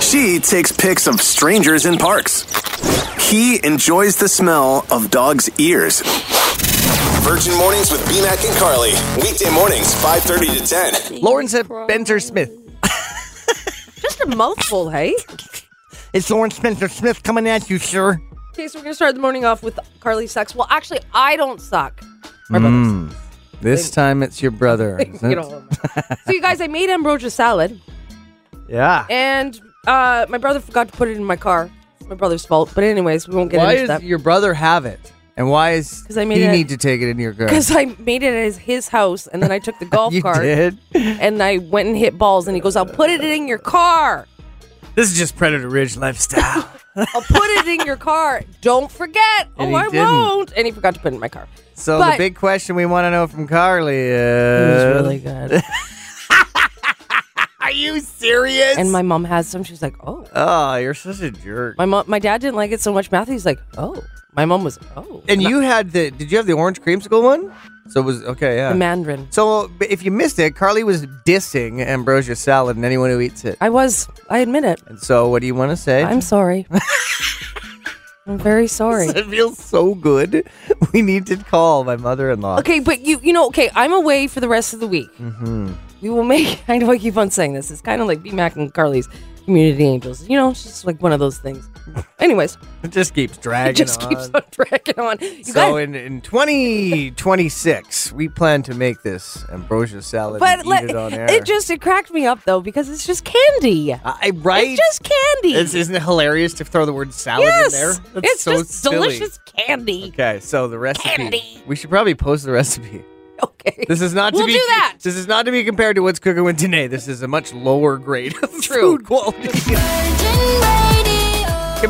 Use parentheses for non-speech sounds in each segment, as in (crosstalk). She takes pics of strangers in parks. He enjoys the smell of dogs' ears. Virgin Mornings with BMAC and Carly. Weekday mornings, 5.30 to 10. Lawrence Spencer Smith. Just a mouthful, hey? It's Lawrence Spencer Smith coming at you, sir. Okay, so we're gonna start the morning off with Carly sucks. Well, actually, I don't suck. My Mm. brothers. This time it's your (laughs) brother. Get all (laughs) over it. so you guys, I made ambrosia salad, Yeah. and uh, my brother forgot to put it in my car. It's my brother's fault, but anyways, we won't get Why into does that your brother have it? And why is 'Cause I made he it- need to take it in your (laughs) car? because I made it at his, his house, and then I (laughs) took the golf you cart did. and I went and hit balls, and he goes, "I'll put it in your car. This is just Predator Ridge (laughs) lifestyle. I'll put it in your car. Don't forget. And oh, he I didn't. won't." And he forgot to put it in my car. so the But- big uh, question we want to know from Carly It is: was (laughs) really good. Are you serious? and my mom has some. She's like, "Oh." oh, you're such a jerk. My mom, my dad didn't like it so much. Matthew's like, oh. My mom was, oh. and you had the? Did you have the orange creamsicle one? So it was okay. Yeah. the Mandarin. so but if you missed it, Carly was dissing ambrosia salad and anyone who eats it. I was. I admit it. And so, what do you want to say? I'm sorry. I'm very (laughs) sorry. It feels so good. (laughs) We need to call my mother-in-law. Okay, but you, you know, okay. I'm away for the rest of the week. Mm-hmm. We will make. (laughs) I know I keep on saying this. It's kind of like B Mac and Carly's community angels. You know, it's just like one of those (laughs) things. Anyways, It just keeps dragging. it just keeps on (laughs) dragging on. You so guys, in, in 2026, we plan to make this ambrosia salad and but eat let, it on air. (laughs) it, just it cracked me up though because it's just candy. I, right? It's just candy. It's- isn't it hilarious to throw the word salad yes, in there? That's it's so just silly. delicious candy. Okay, so the recipe. Candy. We should probably post the recipe. (laughs) Okay. This is not to We'll be do that. This is not to be compared to what's cooking with Danae. This is a much lower grade of (laughs) True. food quality. Good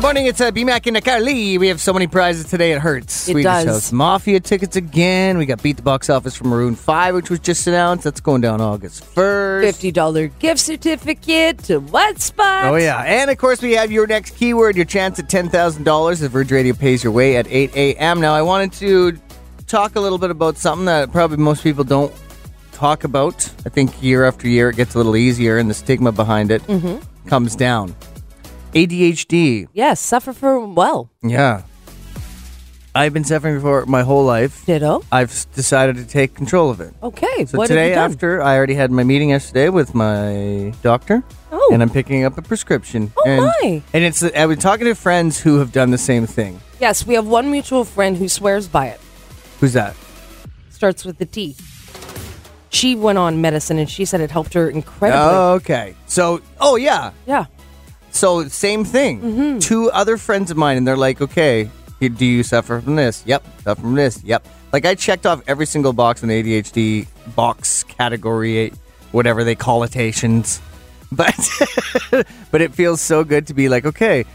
morning, it's uh, BMAC and Carly. We have so many prizes today, it hurts. It Swedish does. House Mafia tickets again. We got Beat the Box Office from Maroon 5, which was just announced. That's going down August 1st. Fifty dollar gift certificate to what spot? Oh, yeah. And of course, we have your next keyword, your chance at $10,000 if Verge Radio pays your way at 8 a.m. Now, I wanted to talk a little bit about something that probably most people don't talk about. I think year after year it gets a little easier and the stigma behind it Mm-hmm. comes down. ADHD. Yes, suffer for well. Yeah. I've been suffering for it my whole life. Ditto. I've s- decided to take control of it. Okay. So what today, have you done? after I already had my meeting yesterday with my doctor, Oh. and I'm picking up a prescription. Oh, and, my. And it's I've been talking to friends who have done the same thing. yes, we have one mutual friend who swears by it. Who's that? Starts with the T. She went on medicine and she said it helped her incredibly. Oh, okay. So, oh yeah. yeah. So same thing. Two other friends of mine, and they're like, okay, y- do you suffer from this? Yep. Suffer from this? Yep. Like I checked off every single box in the ADHD box category, whatever they colletations. (laughs) But but it feels so good to be like, okay,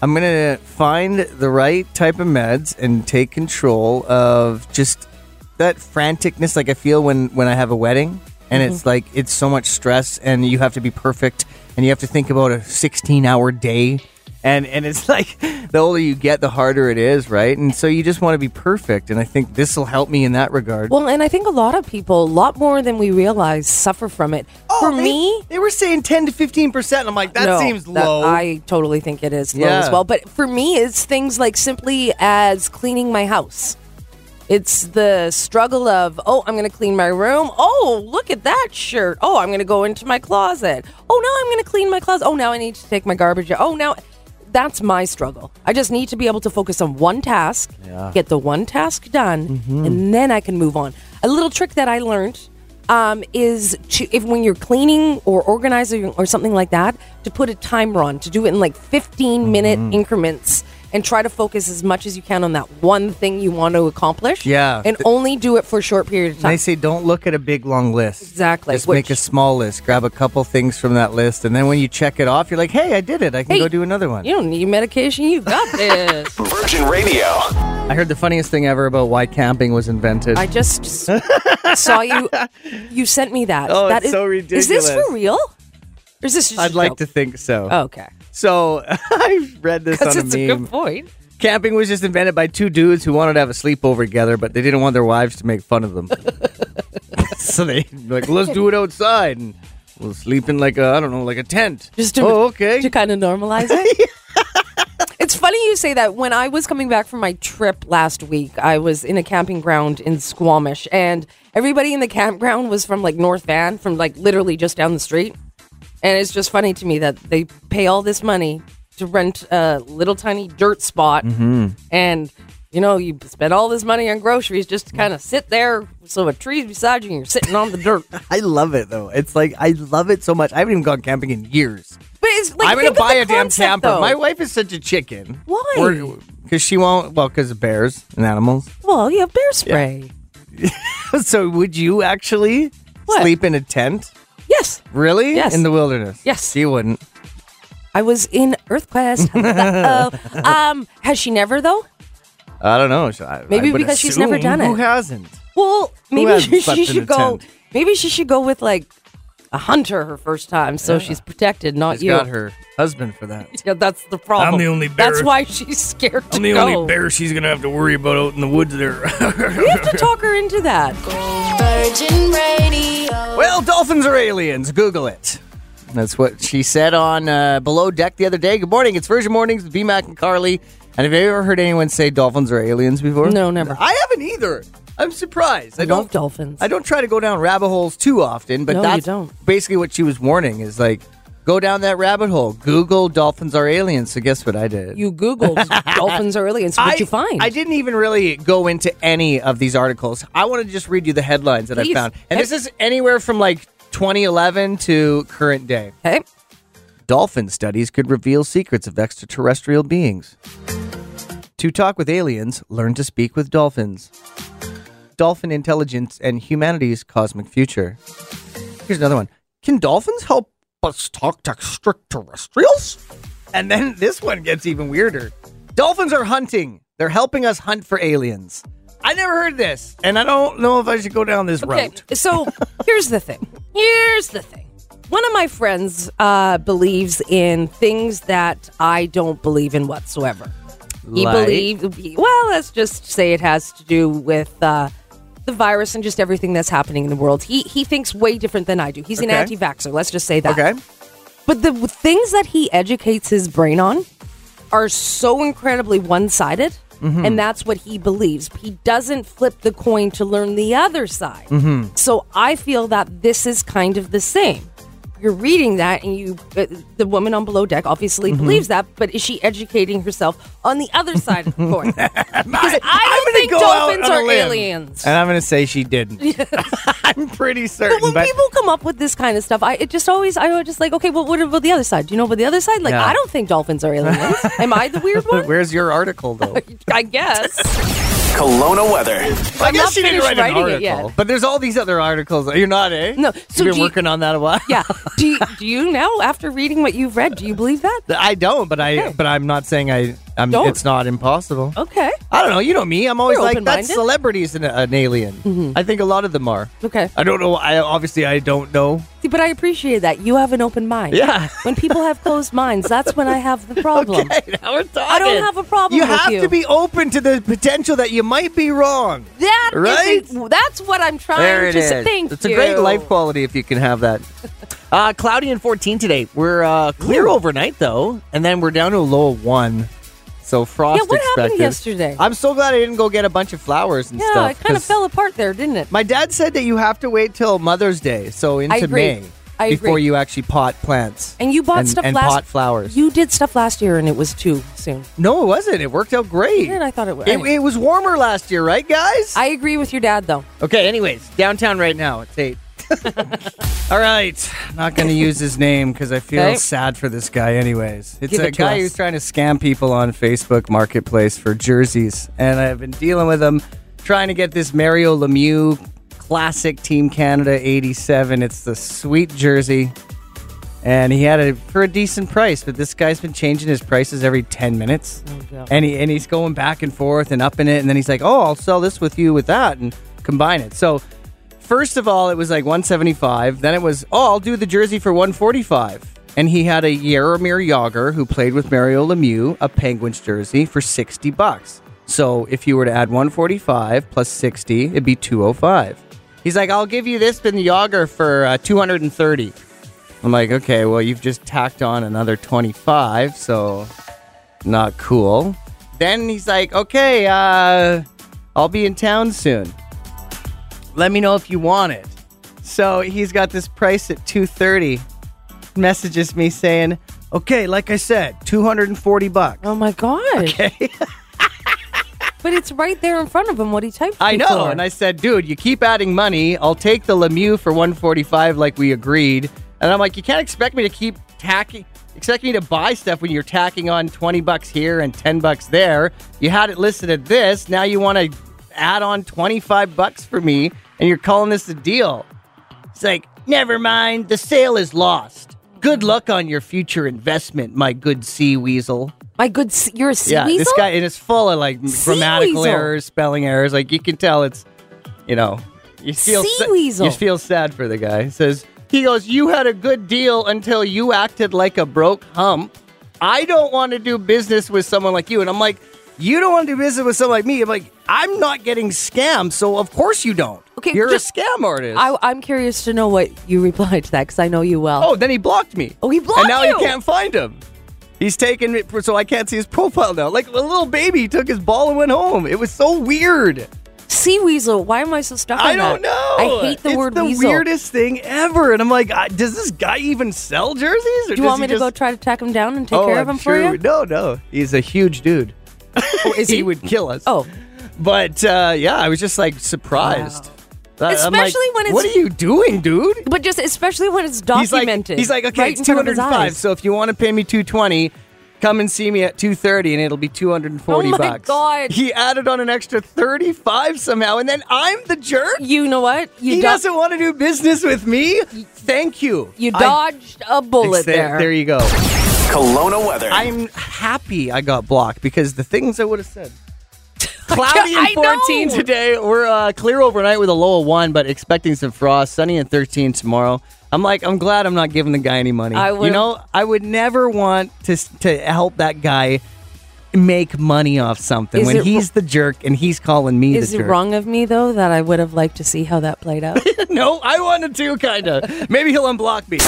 I'm gonna find the right type of meds and take control of just that franticness like I feel when when I have a wedding and it's Mm-hmm. like it's so much stress and you have to be perfect and you have to think about a 16 hour day and and it's (laughs) like the older you get the harder it is right and so you just want to be perfect and I think this will help me in that regard Well, and I think a lot of people, a lot more than we realize, suffer from it. for Oh, they, me, they were saying 10 to 15 percent I'm like that No, seems that- low I totally think it is low as Yeah. well. But for me, it's things like simply as cleaning my house. It's the struggle of, oh, I'm going to clean my room. Oh, look at that shirt. Oh, I'm going to go into my closet. Oh, now I'm going to clean my closet. Oh, now I need to take my garbage. out. Oh, now that's my struggle. I just need to be able to focus on one task, get the one task done, Mm-hmm. and then I can move on. A little trick that I learned um, is to, if when you're cleaning or organizing or something like that, to put a timer on, to do it in like 15 minute Mm-hmm. increments and try to focus as much as you can on that one thing you want to accomplish. Yeah. And only do it for a short period of And time. they say don't look at a big long list. Exactly, Just make a which- small list. Grab a couple things from that list, and then when you check it off, you're like, "Hey, I did it. I can Hey, go do another one." You don't need medication. You (laughs) got this. Virgin Radio. I heard the funniest thing ever about why camping was invented. I just s- saw you. You sent me that. Oh, that it's so Is this ridiculous. for real? Or is this just I'd a like joke? to think so. Oh, okay. So (laughs) I read this Because on a it's a meme. good point. Camping was just invented by two dudes who wanted to have a sleepover together, but they (laughs) (laughs) didn't want their wives to make fun of them. so they like, let's do it outside. And We'll sleep in like a I don't know, like a tent. Just to, oh, okay. to kind of normalize (laughs) it. (laughs) it's funny you say that. When I was coming back from my trip last week, I was in a camping ground in Squamish, and everybody in the campground was from like North Van, from like literally just down the street. And it's just funny to me that they pay all this money to rent a little tiny dirt spot, Mm-hmm. and you know you spend all this money on groceries just to kind of sit there, so a tree's beside you, and you're sitting on the dirt. But (laughs) I love it though. It's like I love it so much. I haven't even gone camping in years. it's like I'm think gonna of the buy a damn concept, camper. though. My wife is such a chicken. Why? Because she won't. Well, because of bears and animals. (laughs) well, you have bear spray. so would you actually What? sleep in a tent? Yes, Really? Yes. In the wilderness? Yes. She wouldn't. I was in (laughs) EarthQuest. Uh-oh. um, has she never though? I don't know. Should I- I Maybe would because she's never assume. done Who it. hasn't? Well, maybe hasn't she, slept she in a should go. tent? Maybe she should go with like a hunter her first time, so she's protected, not She's you. got her husband for that. (laughs) Yeah, that's the problem. I'm the only That's bear. why she's scared to I'm the go. only bear she's gonna have to worry about out in the woods there. (laughs) We have to talk her into that. Virgin Radio. Well, dolphins are aliens. Google it. That's what she said on uh, Below Deck the other day. Good morning. It's Virgin Mornings with BMAC and Carly. And have you ever heard anyone say dolphins are aliens before? No, never. I haven't either. I'm surprised. I, I don't. love dolphins. I don't try to go down rabbit holes too often, but No, you that's don't. basically what she was warning: is like, go down that rabbit hole. Google dolphins are aliens. So guess what I did? You (laughs) Googled dolphins are aliens. What'd I, you find? I didn't even really go into any of these articles. I want to just read you the headlines that I Please. found. And Hey. this is anywhere from like 2011 to current day. Okay. Dolphin studies could reveal secrets of extraterrestrial beings. To talk with aliens, learn to speak with dolphins. Dolphin intelligence and humanity's cosmic future. Here's another one. Can dolphins help us talk to extraterrestrials? And then this one gets even weirder. Dolphins are hunting. They're helping us hunt for aliens. I never heard this, and I don't know if I should go down this Okay, route. (laughs) so here's the thing. Here's the thing. One of my friends uh, believes in things that I don't believe in whatsoever. He Like? believed, well, let's just say it has to do with uh, the virus and just everything that's happening in the world. He he thinks way different than I do. He's an Okay. anti vaxxer, let's just say that. Okay. But the w- things that he educates his brain on are so incredibly one sided. Mm-hmm. And that's what he believes. He doesn't flip the coin to learn the other side. Mm-hmm. So I feel that this is kind of the same. You're reading that, and you, uh, the woman on below deck obviously Mm-hmm. believes that, but is she educating herself on the other side of the (laughs) coin? Because I I'm don't gonna think go out dolphins on a are limb, aliens. And I'm going to say she (laughs) didn't. (laughs) I'm pretty certain. But when people come up with this kind of stuff, I it just always I was just like, okay, well, what about the other side? Do you know about the other side? Like, Yeah. I don't think dolphins are aliens. (laughs) Am I the weird one? Where's your article, (laughs) though? (laughs) I guess. Colona weather. I not finished writing it yet. But there's all these other articles. You're not, eh? No, so You've do been you- working on that a while. Yeah. Do you, do you now, after reading what you've read, do you believe that? (laughs) I don't, but I Okay. but I'm not saying I I'm, Don't. it's not impossible. Okay. I don't know. You know me. I'm always You're like that. open-minded. Mm-hmm. Celebrities an, an alien. I think a lot of them are. Okay. I don't know. I obviously I don't know. See, but I appreciate that you have an open mind. Yeah. When people have closed minds, that's when I have the (laughs) problem. Okay, now we're talking. I don't have a problem You with have you. to be open to the potential that you might be wrong. That Right? is- that's what I'm trying to say. Thank it's a great you. life quality if you can have that. Uh, cloudy and 14 today. We're uh, clear overnight though, and then we're down to a low of one. So frost Yeah, what happened expected. yesterday? I'm so glad I didn't go get a bunch of flowers and Yeah, stuff. it kind of 'cause fell apart there, didn't it? My dad said that you have to wait till Mother's Day, so into agree. May, I agree. before you actually pot plants. And you bought stuff and last pot flowers. You did stuff last year and it was too soon. no, it wasn't. It worked out great. Yeah, and I thought it would. It, it was warmer last year, right, guys? I agree with your dad though. Okay, anyways, downtown right now. It's (laughs) eight. All right, not going to use his name because I feel Okay. sad for this guy. Anyways, it's Give a it to guy us. who's trying to scam people on Facebook Marketplace for jerseys, and I've been dealing with him trying to get this Mario Lemieux Classic Team Canada '87. It's the sweet jersey, and he had it for a decent price, but this guy's been changing his prices every ten minutes. Oh, God. And he and he's going back and forth and upping it, and then he's like, "Oh, I'll sell this with you with that and combine it." So, first of all, it was like 175. Then it was, "Oh, I'll do the jersey for 145." And he had a Yaromir Yager who played with Mario Lemieux, a Penguins jersey for 60 bucks. So, if you were to add 145 plus 60, it'd be 205. He's like, "I'll give you this Ben Yager for uh, 230." I'm like, okay, well, you've just tacked on another 25, so not cool. Then he's like, okay, uh, I'll be in town soon. Let me know if you want it. So he's got this price at 230. Messages me saying, okay, like I said, 240 bucks. Oh my god! (laughs) but it's right there in front of him. What he typed. I know. before. And I said, dude, you keep adding money. I'll take the Lemieux for 145 like we agreed. And I'm like, you can't expect me to keep tacking expect me to buy stuff when you're tacking on 20 bucks here and 10 bucks there. You had it listed at this. Now you want to add on 25 bucks for me and you're calling this a deal. It's like, never mind, the sale is lost. Good luck on your future investment, my good sea weasel. my good, s- you're a sea Yeah, weasel. this guy and it's full of like Sea grammatical weasel. errors, spelling errors. Like you can tell it's, you know, you feel Sea sa- weasel. You feel sad for the guy. He says he goes, "You had a good deal until you acted like a broke hump. I don't want to do business with someone like you." And I'm like, "You don't want to do business with someone like me." I'm like, "I'm not getting scammed, so of course you don't. Okay, you're just- a scam artist." I, I'm curious to know what you (laughs) replied to that because I know you well. oh, then he blocked me. Oh, he blocked And now you! you can't find him. He's taken it, for, so I can't see his profile now. Like a little baby, he took his ball and went home. It was so weird. sea weasel. Why am I so stuck? I on don't that? know. I hate the it's word the weasel. weirdest thing ever. And I'm like, I, does this guy even sell jerseys? Or Do you want me to go try to track him down and take oh, care of I'm him sure for he would- you? No, no, he's a huge dude. (laughs) Oh, is (laughs) He would kill us. Oh, but uh, yeah, I was just like surprised. That- I'm like, Especially when it's- what are you doing, dude? but just especially when it's He's like, documented. he's like, okay, right it's in front of his 205. eyes. So if you want to pay me 220, come and see me at 230, and it'll be 240 Oh my bucks. God. He added on an extra 35 somehow, and then I'm the jerk. you know what? he You do- doesn't want to do business with me. Thank you. You I- dodged a bullet there. There you go. Kelowna weather. I'm happy I got blocked because the things I would have said. Cloudy and (laughs) I know. 14 today. We're uh, clear overnight with a low of one, but expecting some frost. Sunny and 13 tomorrow. I'm like, I'm glad I'm not giving the guy any money. I you would've- know, I would never want to s- to help that guy make money off something Is when it- he's the jerk and he's calling me Is the it jerk. wrong of me though that I would have liked to see how that played (laughs) out? (laughs) no, I wanted to kind of. Maybe he'll unblock me.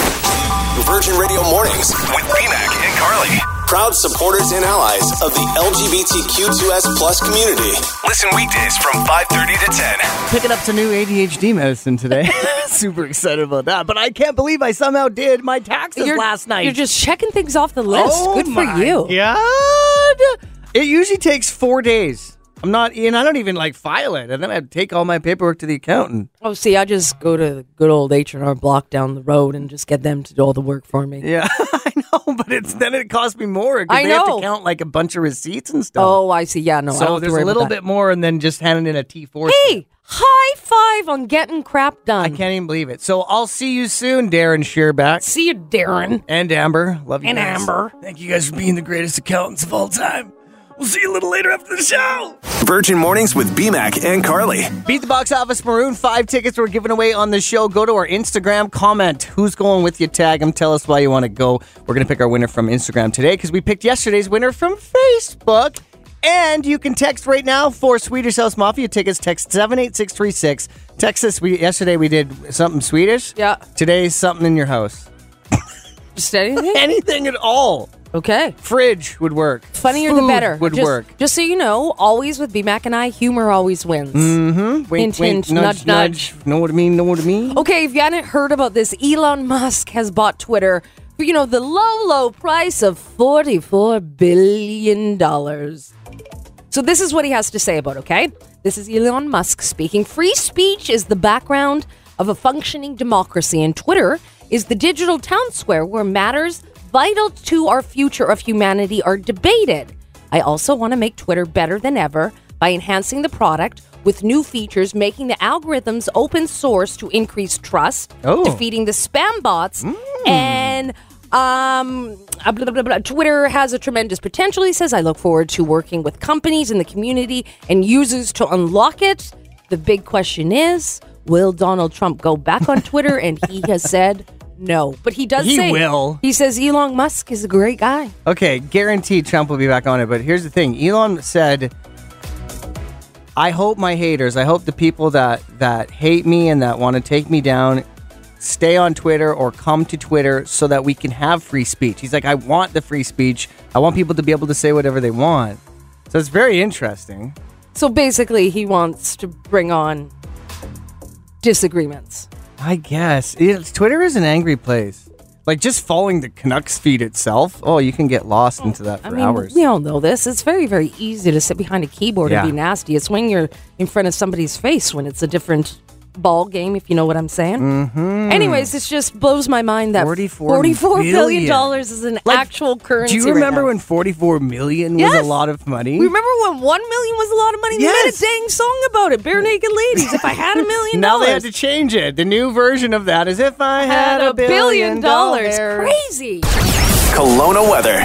Virgin Radio Mornings with BMAC and Carly. Proud supporters and allies of the LGBTQ2S plus community. Listen weekdays from 5.30 to 10. picking up some new ADHD medicine (laughs) today. (laughs) Super excited about that. But I can't believe I somehow did my taxes last night. You're just checking things off the list. Oh Good for my you. God. It usually takes four days. I'm not, and I don't even like file it. And then I have to take all my paperwork to the accountant. Oh, see, I just go to good old H and R Block down the road and just get them to do all the work for me. Yeah, (laughs) I know. But it's then it costs me more because I they have know. to count like a bunch of receipts and stuff. Oh, I see. Yeah, no. I don't so have to there's worry a about little that. bit more, and then just handing in a T4. Hey, high five on getting crap done. I can't even believe it. So I'll see you soon, Darren Sheerback. see you, Darren. And Amber. Love you. And guys. Amber. Thank you guys for being the greatest accountants of all time. We'll see you a little later after the show. Virgin Mornings with BMAC and Carly. Beat the box office maroon. Five tickets we're giving away on the show. Go to our Instagram, comment who's going with you, tag them, tell us why you want to go. We're going to pick our winner from Instagram today because we picked yesterday's winner from Facebook. And you can text right now for Swedish House Mafia tickets. Text 78636. Text us. We, yesterday we did something Swedish. Yeah. Today's something in your house. Just anything. Anything at all. (laughs) okay. Fridge would work. Funnier the Food better. Would just, work. Just so you know, always with B Mac and I, humor always wins. Mm-hmm. Wink, hint, hint, nudge, Know what I mean? Know what I (laughs) mean? Um, Okay, if you hadn't heard about this, Elon Musk has bought Twitter for, you know, the low, low price of $44 billion. So this is what he has to say about, it, okay? This is Elon Musk speaking. Free speech is the background of a functioning democracy, and Twitter is the digital town square where matters vital to our future of humanity are debated. I also want to make Twitter better than ever by enhancing the product with new features, making the algorithms open source to increase trust, Oh. defeating the spam bots, Mm. and um, uh, blah, blah, blah, blah. Twitter has a tremendous potential. He says, I look forward to working with companies in the community and users to unlock it. The big question is, will Donald Trump go (laughs) back on Twitter? and he has said no, but he does He say will. He says Elon Musk is a great guy. Okay, guaranteed Trump will be back on it. But here's the thing: Elon said, "I hope my haters, I hope the people that that hate me and that want to take me down, stay on Twitter or come to Twitter so that we can have free speech. He's like, I want the free speech. I want people to be able to say whatever they want. So it's very interesting. So basically, he wants to bring on disagreements. I guess it's, Twitter is an angry place. Like just following the Canucks feed itself. Oh, you can get lost into that for I mean, hours. we all know this. It's very, very easy to sit behind a keyboard Yeah. and be nasty. It's when you're in front of somebody's face when it's a different ball game, if you know what I'm saying. Mm-hmm. Anyways, it just blows my mind that 44 44 billion billion. dollars is an Like, actual currency. Do you right remember now. when 44 million Yes. was a lot of money? We remember when one million was a lot of money. We made a Yes. dang song about it. Bare naked ladies. If I had a million now dollars, they had to change it. The new version of that is if I had, had a billion, dollars. dollars. Crazy. Kelowna weather.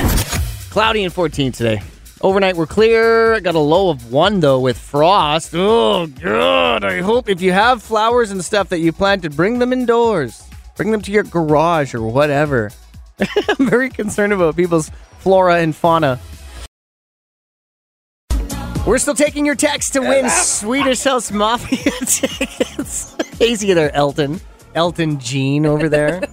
Cloudy and 14 today. Overnight we're clear. I got a low of one though with frost. Oh god! I hope if you have flowers and stuff that you planted, bring them indoors. Bring them to your garage or whatever. (laughs) I'm very concerned about people's flora and fauna. We're still taking your text to win Swedish House Mafia (laughs) tickets. Hazy there, Elton. Elton Jean over (laughs) there.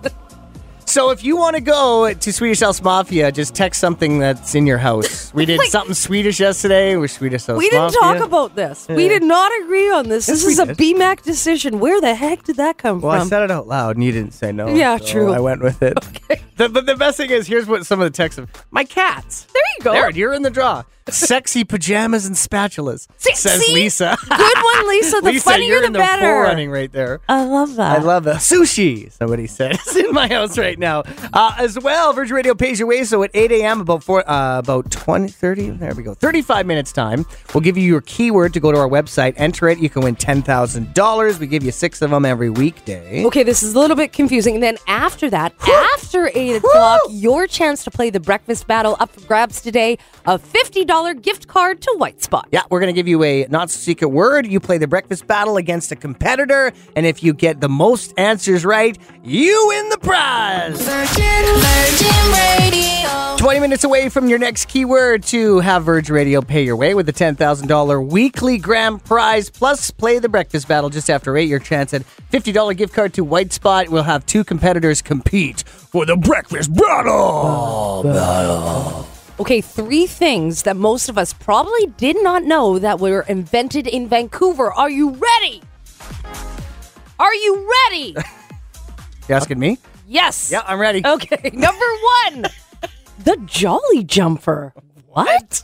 So if you want to go to Swedish House Mafia, just text something that's in your house. We did Like- something Swedish yesterday. We're Swedish House We didn't Mafia. talk about this. We Yeah. did not agree on this. Yes, this we is a did. BMAC decision. Where the heck did that come Well, I from? said it out loud, and you didn't say no. Yeah, so true. I went with it. (laughs) The, but the best thing is, here's what some of the texts of my cats. there you go. There, you're in the draw. Sexy pajamas and spatulas, See- says see? Lisa. Good one, Lisa. (laughs) (laughs) The Lisa, funnier you're the in the better. forerunning right there. I love that. I love that. Sushi, somebody said. (laughs) It's in my house right now. Uh, as well, Virgin Radio pays your way. So at 8 a.m., about four, uh, about 20, 30, there we go, 35 minutes time, we'll give you your keyword to go to our website, enter it. You can win $10,000. We give you six of them every weekday. Okay, this is a little bit confusing. And then after that, after 8 o'clock, your chance to play the breakfast battle up for grabs today a $50 gift card to White Spot. Yeah, we're going to give you a not so secret word. You play the breakfast battle against a competitor, and if you get the most answers right, you win the prize. Virgin, Virgin Radio. 20 minutes away from your next keyword to have Verge Radio pay your way with the $10,000 weekly grand prize. Plus, play the breakfast battle just after 8. Your chance at $50 gift card to White Spot. We'll have two competitors compete for the breakfast battle. Okay, three things that most of us probably did not know that were invented in Vancouver. Are you ready? Are you (laughs) ready? You asking me? Yes. Yeah, I'm ready. Okay, (laughs) number one, the Jolly Jumper. What?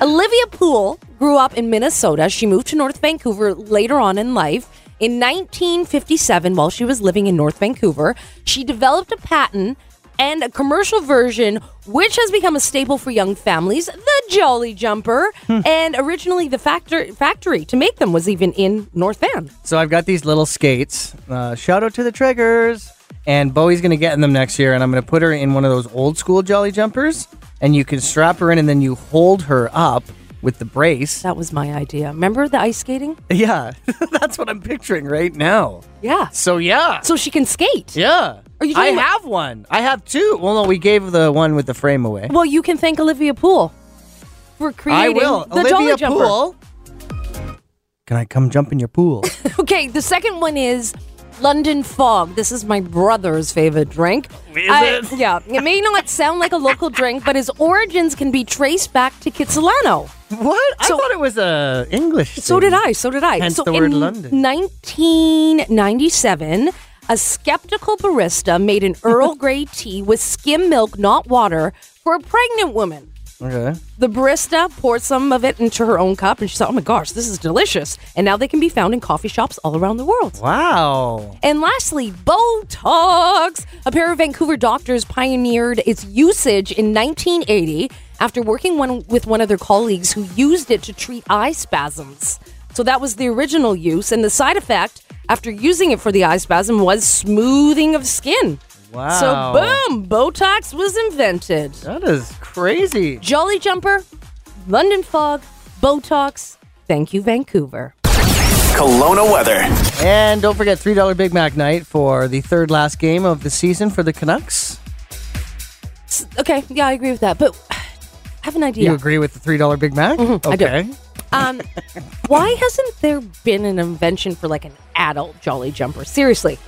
Olivia Poole grew up in Minnesota. She moved to North Vancouver later on in life. In 1957, while she was living in North Vancouver, she developed a patent and a commercial version, which has become a staple for young families the Jolly Jumper. and originally, the factor, factory to make them was even in North Van. So I've got these little skates. Uh, shout out to the Triggers. And Bowie's going to get in them next year. And I'm going to put her in one of those old school Jolly Jumpers. And you can strap her in, and then you hold her up with the brace. That was my idea. Remember the ice (laughs) skating? (laughs) Yeah, that's what I'm picturing right now. Yeah. So yeah, So she can skate. yeah. Are you I talking about- have one. I have two. Well, no, we gave the one with the frame away. Well, you can thank Olivia Poole for I creating will. the Jolly Olivia Jumper. Pool. Can I come jump in your (laughs) pool? Okay, the second one is London Fog. This is my brother's favorite drink. Is I- it? Yeah. It may not sound like a (laughs) local drink, but its origins can be traced back to Kitsilano. what? So- I thought it was a English. So thing. did I. So did I. Hence so the word in London. 1997, a skeptical barista made an (laughs) Earl Grey tea with skim milk, not water, for a pregnant woman. Okay. The barista poured some of it into her own cup and she said, Oh my gosh, this is delicious. And now they can be found in coffee shops all around the world. Wow. And lastly, Botox. A pair of Vancouver doctors pioneered its usage in 1980 after working one, with one of their colleagues who used it to treat eye spasms. So that was the original use. And the side effect after using it for the eye spasm was smoothing of skin. Wow. So, boom, Botox was invented. That is crazy. Jolly Jumper, London Fog, Botox. Thank you, Vancouver. Kelowna weather. And don't forget $3 Big Mac night for the third last game of the season for the Canucks. S- Okay, yeah, I agree with that. But (sighs) I have an You idea. agree with the $3 Big Mac? Mm-hmm, I do. okay. Um, why hasn't there been an invention for like an adult Jolly Jumper? Seriously.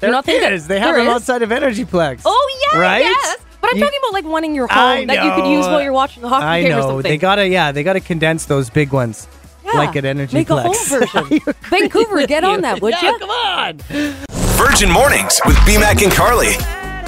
There you don't think that- is. They have there them is? outside of Energyplex. Oh yeah, Right? yes. But I'm You- talking about like one in your I home that you could use know. while you're watching the hockey I game or know something. they gotta yeah they gotta condense those big ones Yeah. like at Energy Make (laughs) a home version. Vancouver, get on that, would you? Come on. Virgin Mornings with BMAC and Carly.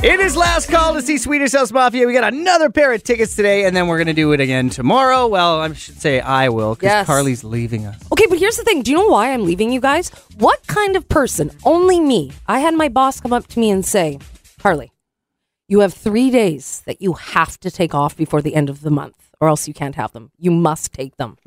It is last call to see Swedish House Mafia. We got another pair of tickets today, and then we're gonna do it again tomorrow. Well, I should say I will because Yes. Carly's leaving us. Okay, but here's the thing. Do you know why I'm leaving you guys? What kind of person? Only me. I had my boss come up to me and say, Harley, you have three days that you have to take off before the end of the month, or else you can't have them. You must (laughs) take them.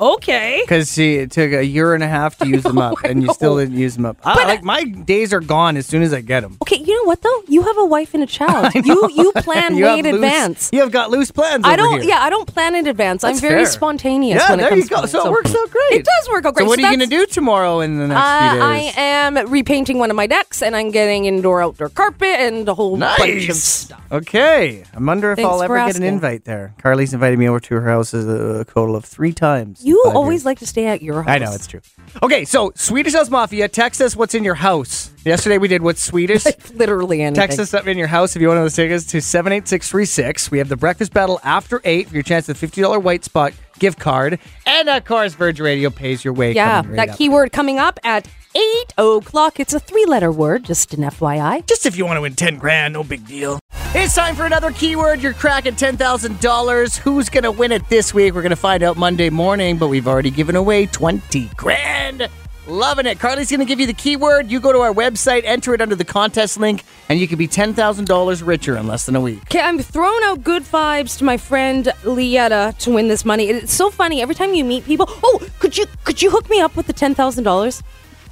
okay. Because she it took a year and a half to (laughs) use them up, I and you know. still didn't use them up. I, But- like my days are gone as soon as I get them. Okay, you know what though? You have a wife and (laughs) a child. You you plan way in advance. You have got loose plans. I over don't. here. Yeah, I don't plan in advance. That's I'm very fair. spontaneous Yeah, when it there comes you go. to it, So it works out great. It does work out great. So what are you that's- gonna do tomorrow in the next few Uh, I days? am repainting one of my decks, and I'm getting indoor outdoor carpet and a whole bunch of stuff. Okay, I'm under if Thanks I'll for ever get an asking. invite there. Carly's invited me over to her house a, a total of three times. in You five always years. like to stay at your house. I (laughs) know it's true. Okay, so Swedish House Mafia, text us what's in your house. Yesterday we did what's (laughs) Swedish. literally anything. Text us up in your house if you want to take us to 78636. We have the breakfast battle after 8 for your chance at $50 white spot gift card. And of course, Verge Radio pays your way. Yeah, coming right that up. keyword coming up at eight o'clock. It's a three-letter word, just an FYI. Just if you want to win 10 grand, no big deal. It's time for another keyword. You're cracking $10,000. Who's going to win it this week? We're going to find out Monday morning, but we've already given away 20 grand. Loving it. Carly's going to give you the keyword. You go to our website, enter it under the contest link, and you could be $10,000 richer in less than a week. Okay, I'm throwing out good vibes to my friend Lietta to win this money. It's so funny every time you meet people. Oh, could you could you hook me up with the ten thousand dollars?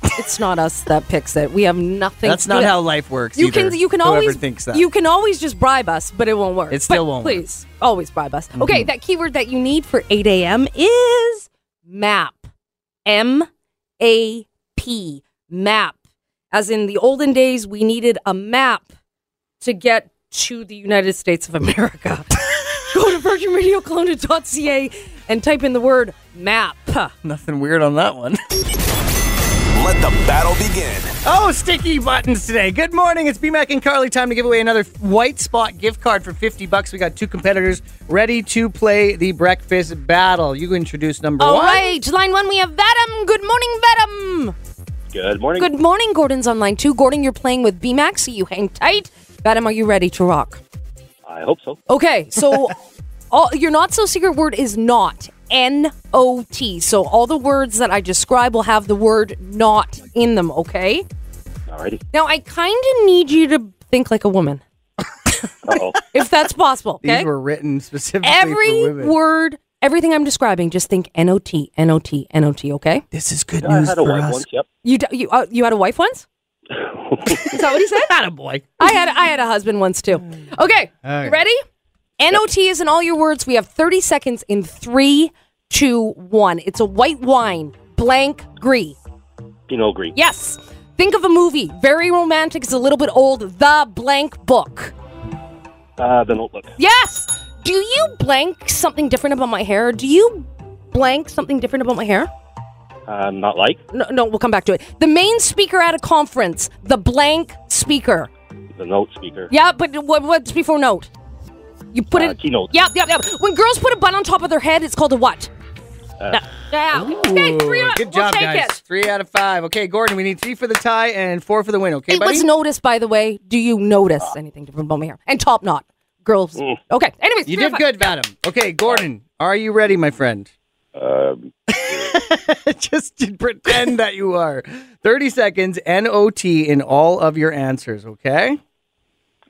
It's not us that picks it. We have nothing. That's to not do- how life works. You either, can you can whoever always thinks that. you can always just bribe us, but it won't work. It still But won't work. Mm-hmm. Please always bribe us. Okay, that keyword that you need for eight a.m. is map. M A P map. As in the olden days, we needed a map to get to the United States (laughs) of America. Go to virginradiocloned.ca and type in the word map. (laughs) Nothing weird on that one. Let the battle begin. (laughs) Oh, sticky buttons today. Good morning. It's BMAC and Carly. Time to give away another White Spot gift card for 50 bucks. We got two competitors ready to play the breakfast battle. You introduce number All one. right, line one, we have Vadim. Good morning, Vadim. Good morning. Good morning, Gordon's online too. Gordon, you're playing with BMAX, so you hang tight. Vadim, are you ready to rock? I hope so. Okay, so (laughs) all, your not so secret word is not. N O T. So all the words that I describe will have the word not in them, okay? Alrighty. Now I kind of need you to think like a woman, Uh-oh. (laughs) if that's possible, These okay? were written specifically for Every women. word, everything I'm describing, just think N O T, N O T, N O T, okay? This is good Yeah, I news had a for wife us. once. Yep. You d- you uh, you had a (laughs) wife once? Is that what he said? Not a boy. I had I had a husband once too. Okay, you ready? NOT is in all your words. We have 30 seconds in three, two, one. It's a white wine, blank, gris. Pinot Gris. Yes. Think of a movie, very romantic, it's a little bit old, the blank book. Uh, the notebook. Yes. Do you blank something different about my hair? Do you blank something different about my hair? Um, not like No, no, we'll come back to it. The main speaker at a conference, the blank speaker. the note speaker. Yeah, but what, what's before note? You put Uh, it. keynote. Yep, yep, yep. When girls put a bun on top of their head, it's called a what? Uh, No. yeah. Okay, three Ooh, out- good we'll job, take guys. It. Three out of five. Okay, Gordon, we need three for the tie and four for the win. Okay, it buddy. was noticed, by the way. Do you notice Uh. anything different about my hair? And top knot. Girls. Mm. Okay. Anyways, you three out did good, of Vadim. Okay, Gordon, are you ready, my friend? Um, (laughs) just to pretend that you are. 30 seconds, N O T in all of your answers, okay?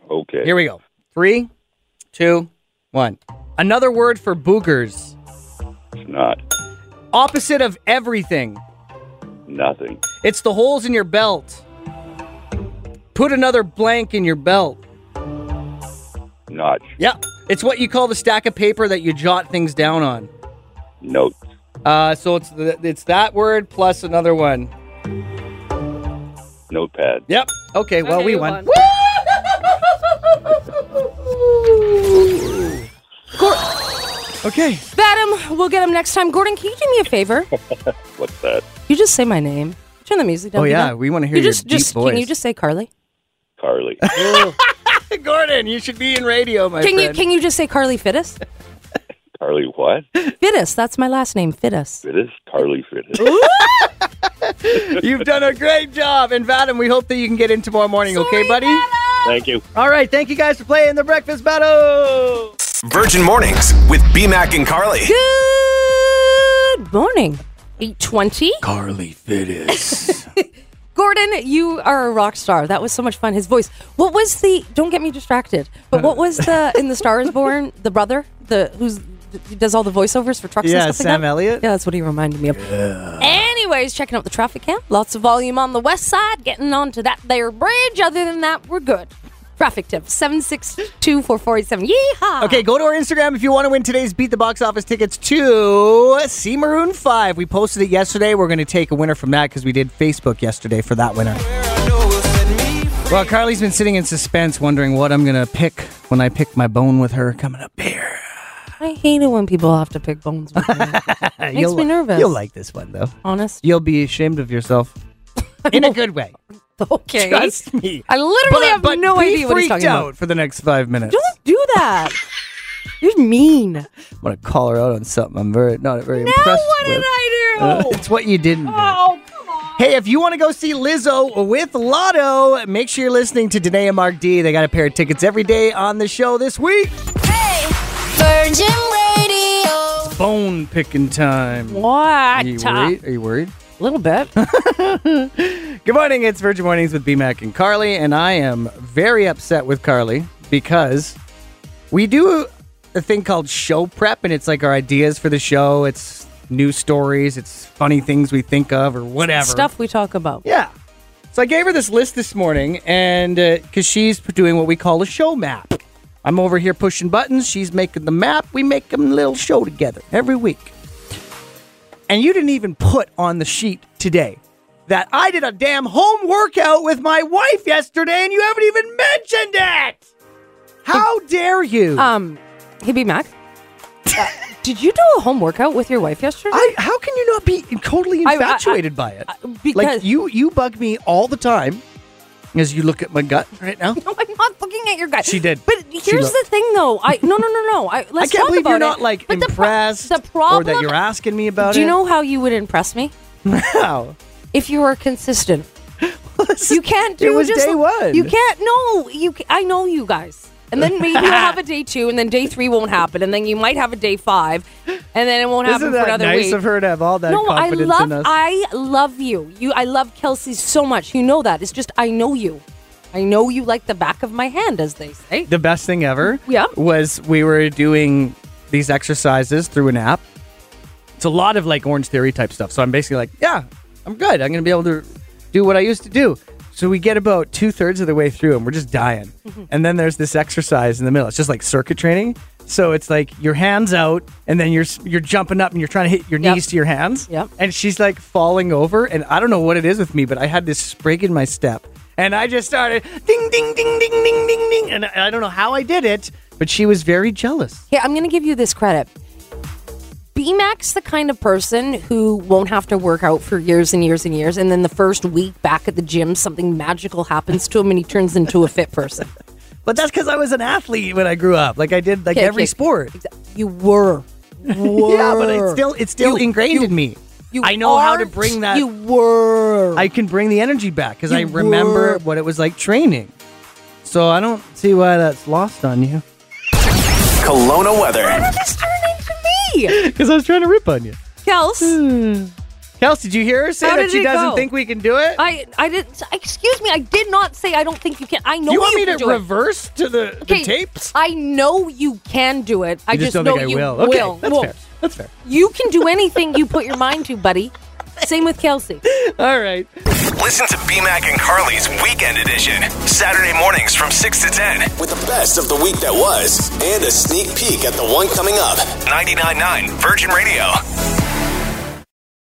okay. Here we go. Three, two, one. Another word for boogers. It's not Opposite of everything. nothing. It's the holes in your belt. Put another blank in your belt. Notch. Yep. It's what you call the stack of paper that you jot things down on. Note. Uh, so it's the, it's that word plus another one. Notepad. Yep. Okay. Well, Okay, we you won. won. Woo! (laughs) Okay. five. (laughs) Vadim, we'll get him next time. Gordon, can you do me a favor? What's that? you just say my name. Turn the music down. Oh, Vito. yeah, we wanna hear you your just, deep just, Can voice. you just say Carly? Carly. Gordon, you should be in radio, my Can you friend. can you just say Carly Fittis? Carly what? Fittis. That's my last name. Fittis. Fittis? Carly Fittis. You, have done a great job. And Vadim, we hope that you can get in tomorrow morning, okay, buddy? Thank you. All right, thank you guys for playing the breakfast battle. Virgin Mornings with BMAC and Carly. Good morning. Eight twenty. Carly Fittis. (laughs) Gordon, you are a rock star. That was so much fun. His voice. What was the? Don't get me distracted. But what was (laughs) the in the Star Is Born? The brother, the who's who does all the voiceovers for trucks. yeah, and stuff Sam like that? Elliott. Yeah, that's what he reminded me of. Anyways, checking out the traffic cam. Lots of volume on the west side, getting onto that there bridge. Other than that, we're good. Traffic tip 7624487. Yeehaw. Okay, go to our Instagram if you want to win today's Beat the Box Office tickets to See Maroon 5. We posted it yesterday. We're going to take a winner from that because we did Facebook yesterday for that winner. Well, Carly's been sitting in suspense wondering what I'm going to pick when I pick my bone with her coming up here. I hate it when people have to pick (laughs) bones. With me. Makes You'll- me nervous. You'll like this one, though. honest. You'll be ashamed of yourself in a good way. (laughs) Okay. Trust me. I literally have but no be idea what freaked he's talking out about. for the next five minutes. Don't do (laughs) that. You're mean. I'm going to call her out on something I'm very not very Now impressed what with. did I do? It's what (laughs) you didn't do. oh, come on. Hey, if you want to go see Lizzo with Lotto, make sure you're listening to Danae and Mark D. They got a pair of tickets every day on the show this week. Hey, Virgin Radio. Bone picking time. What? Are you A worried? Are you worried? little bit. (laughs) Good morning. It's Virgin Mornings with BMAC and Carly, and I am very upset with Carly because we do a thing called show prep, and it's like our ideas for the show. It's news stories, it's funny things we think of, or whatever. Stuff we talk about. Yeah. So I gave her this list this morning, and because she's doing what we call a show map. I'm over here pushing buttons. She's making the map. We make a little show together every week. And you didn't even put on the sheet today that I did a damn home workout with my wife yesterday, and you haven't even mentioned it. How dare you? Um, hey, B Mac. Uh, did you do a home workout with your wife yesterday? I, how can you not be totally I- I- infatuated by it? I- because like you, you bug me all the time as you look at my gut right now. No, (laughs) I'm not looking at your gut. She did. But She here's looked. the thing, though. I no, no, no, no. (laughs) I I let's can't talk believe about you're it. not like But the pro- impressed The, problem. or that you're asking me about Do it. (laughs) you know how you would impress me Wow. if you were consistent? (laughs) You can't do It was just day one. You can't. No, you. ca- I know you guys. And then maybe you'll have a (laughs) day two, and then day three won't happen, and then you might have a day five, and then it won't happen Isn't that for another nice week. of her to have all that no, I confidence love. in us? I love you. You. I love Kelsey so much. You know that. It's just I know you. I know you like the back of my hand, as they say. the best thing ever Yeah. was we were doing these exercises through an app. It's a lot of like Orange Theory type stuff. So I'm basically like, yeah, I'm good. I'm going to be able to do what I used to do. So we get about two thirds of the way through and we're just dying. Mm-hmm. And then there's this exercise in the middle. It's just like circuit training. So it's like your hands out and then you're s- you're jumping up and you're trying to hit your Yep. knees to your hands. Yep. And she's like falling over and I don't know what it is with me, but I had this sprig in my step and I just started ding ding ding ding ding ding ding and I I don't know how I did it, but she was very jealous. Okay, I'm going to give you this credit. BMAC's the kind of person who won't have to work out for years and years and years, and then the first week back at the gym, something magical happens to him and he turns into a fit person. But that's cuz I was an athlete when I grew up. Like I did (laughs) like Okay, every okay. sport. Exa- You were. were. (laughs) Yeah, but it's still it's still ingrained in me. You I know how to aren't. bring that You were. I can bring the energy back because I You remember were- what it was like training. So I don't see why that's lost on you. (laughs) Kelowna weather. That's turning to me. Because I was trying to rip on you. Hmm. Kels, Kelsey, did you hear her say How that did she it doesn't go? think we can do it? I, I didn't. Excuse me, I did not say I don't think you can. I know you want me can to do it. reverse to the, Okay, the tapes? I know you can do it. I You just, don't know think I you will. will. Okay, that's Well, fair. That's fair. You can do anything you put your mind to, buddy. Same with Kelsey. All right. Listen to BMAC and Carly's Weekend Edition, Saturday mornings from 6 to 10. With the best of the week that was, and a sneak peek at the one coming up. 99.9 Virgin Radio.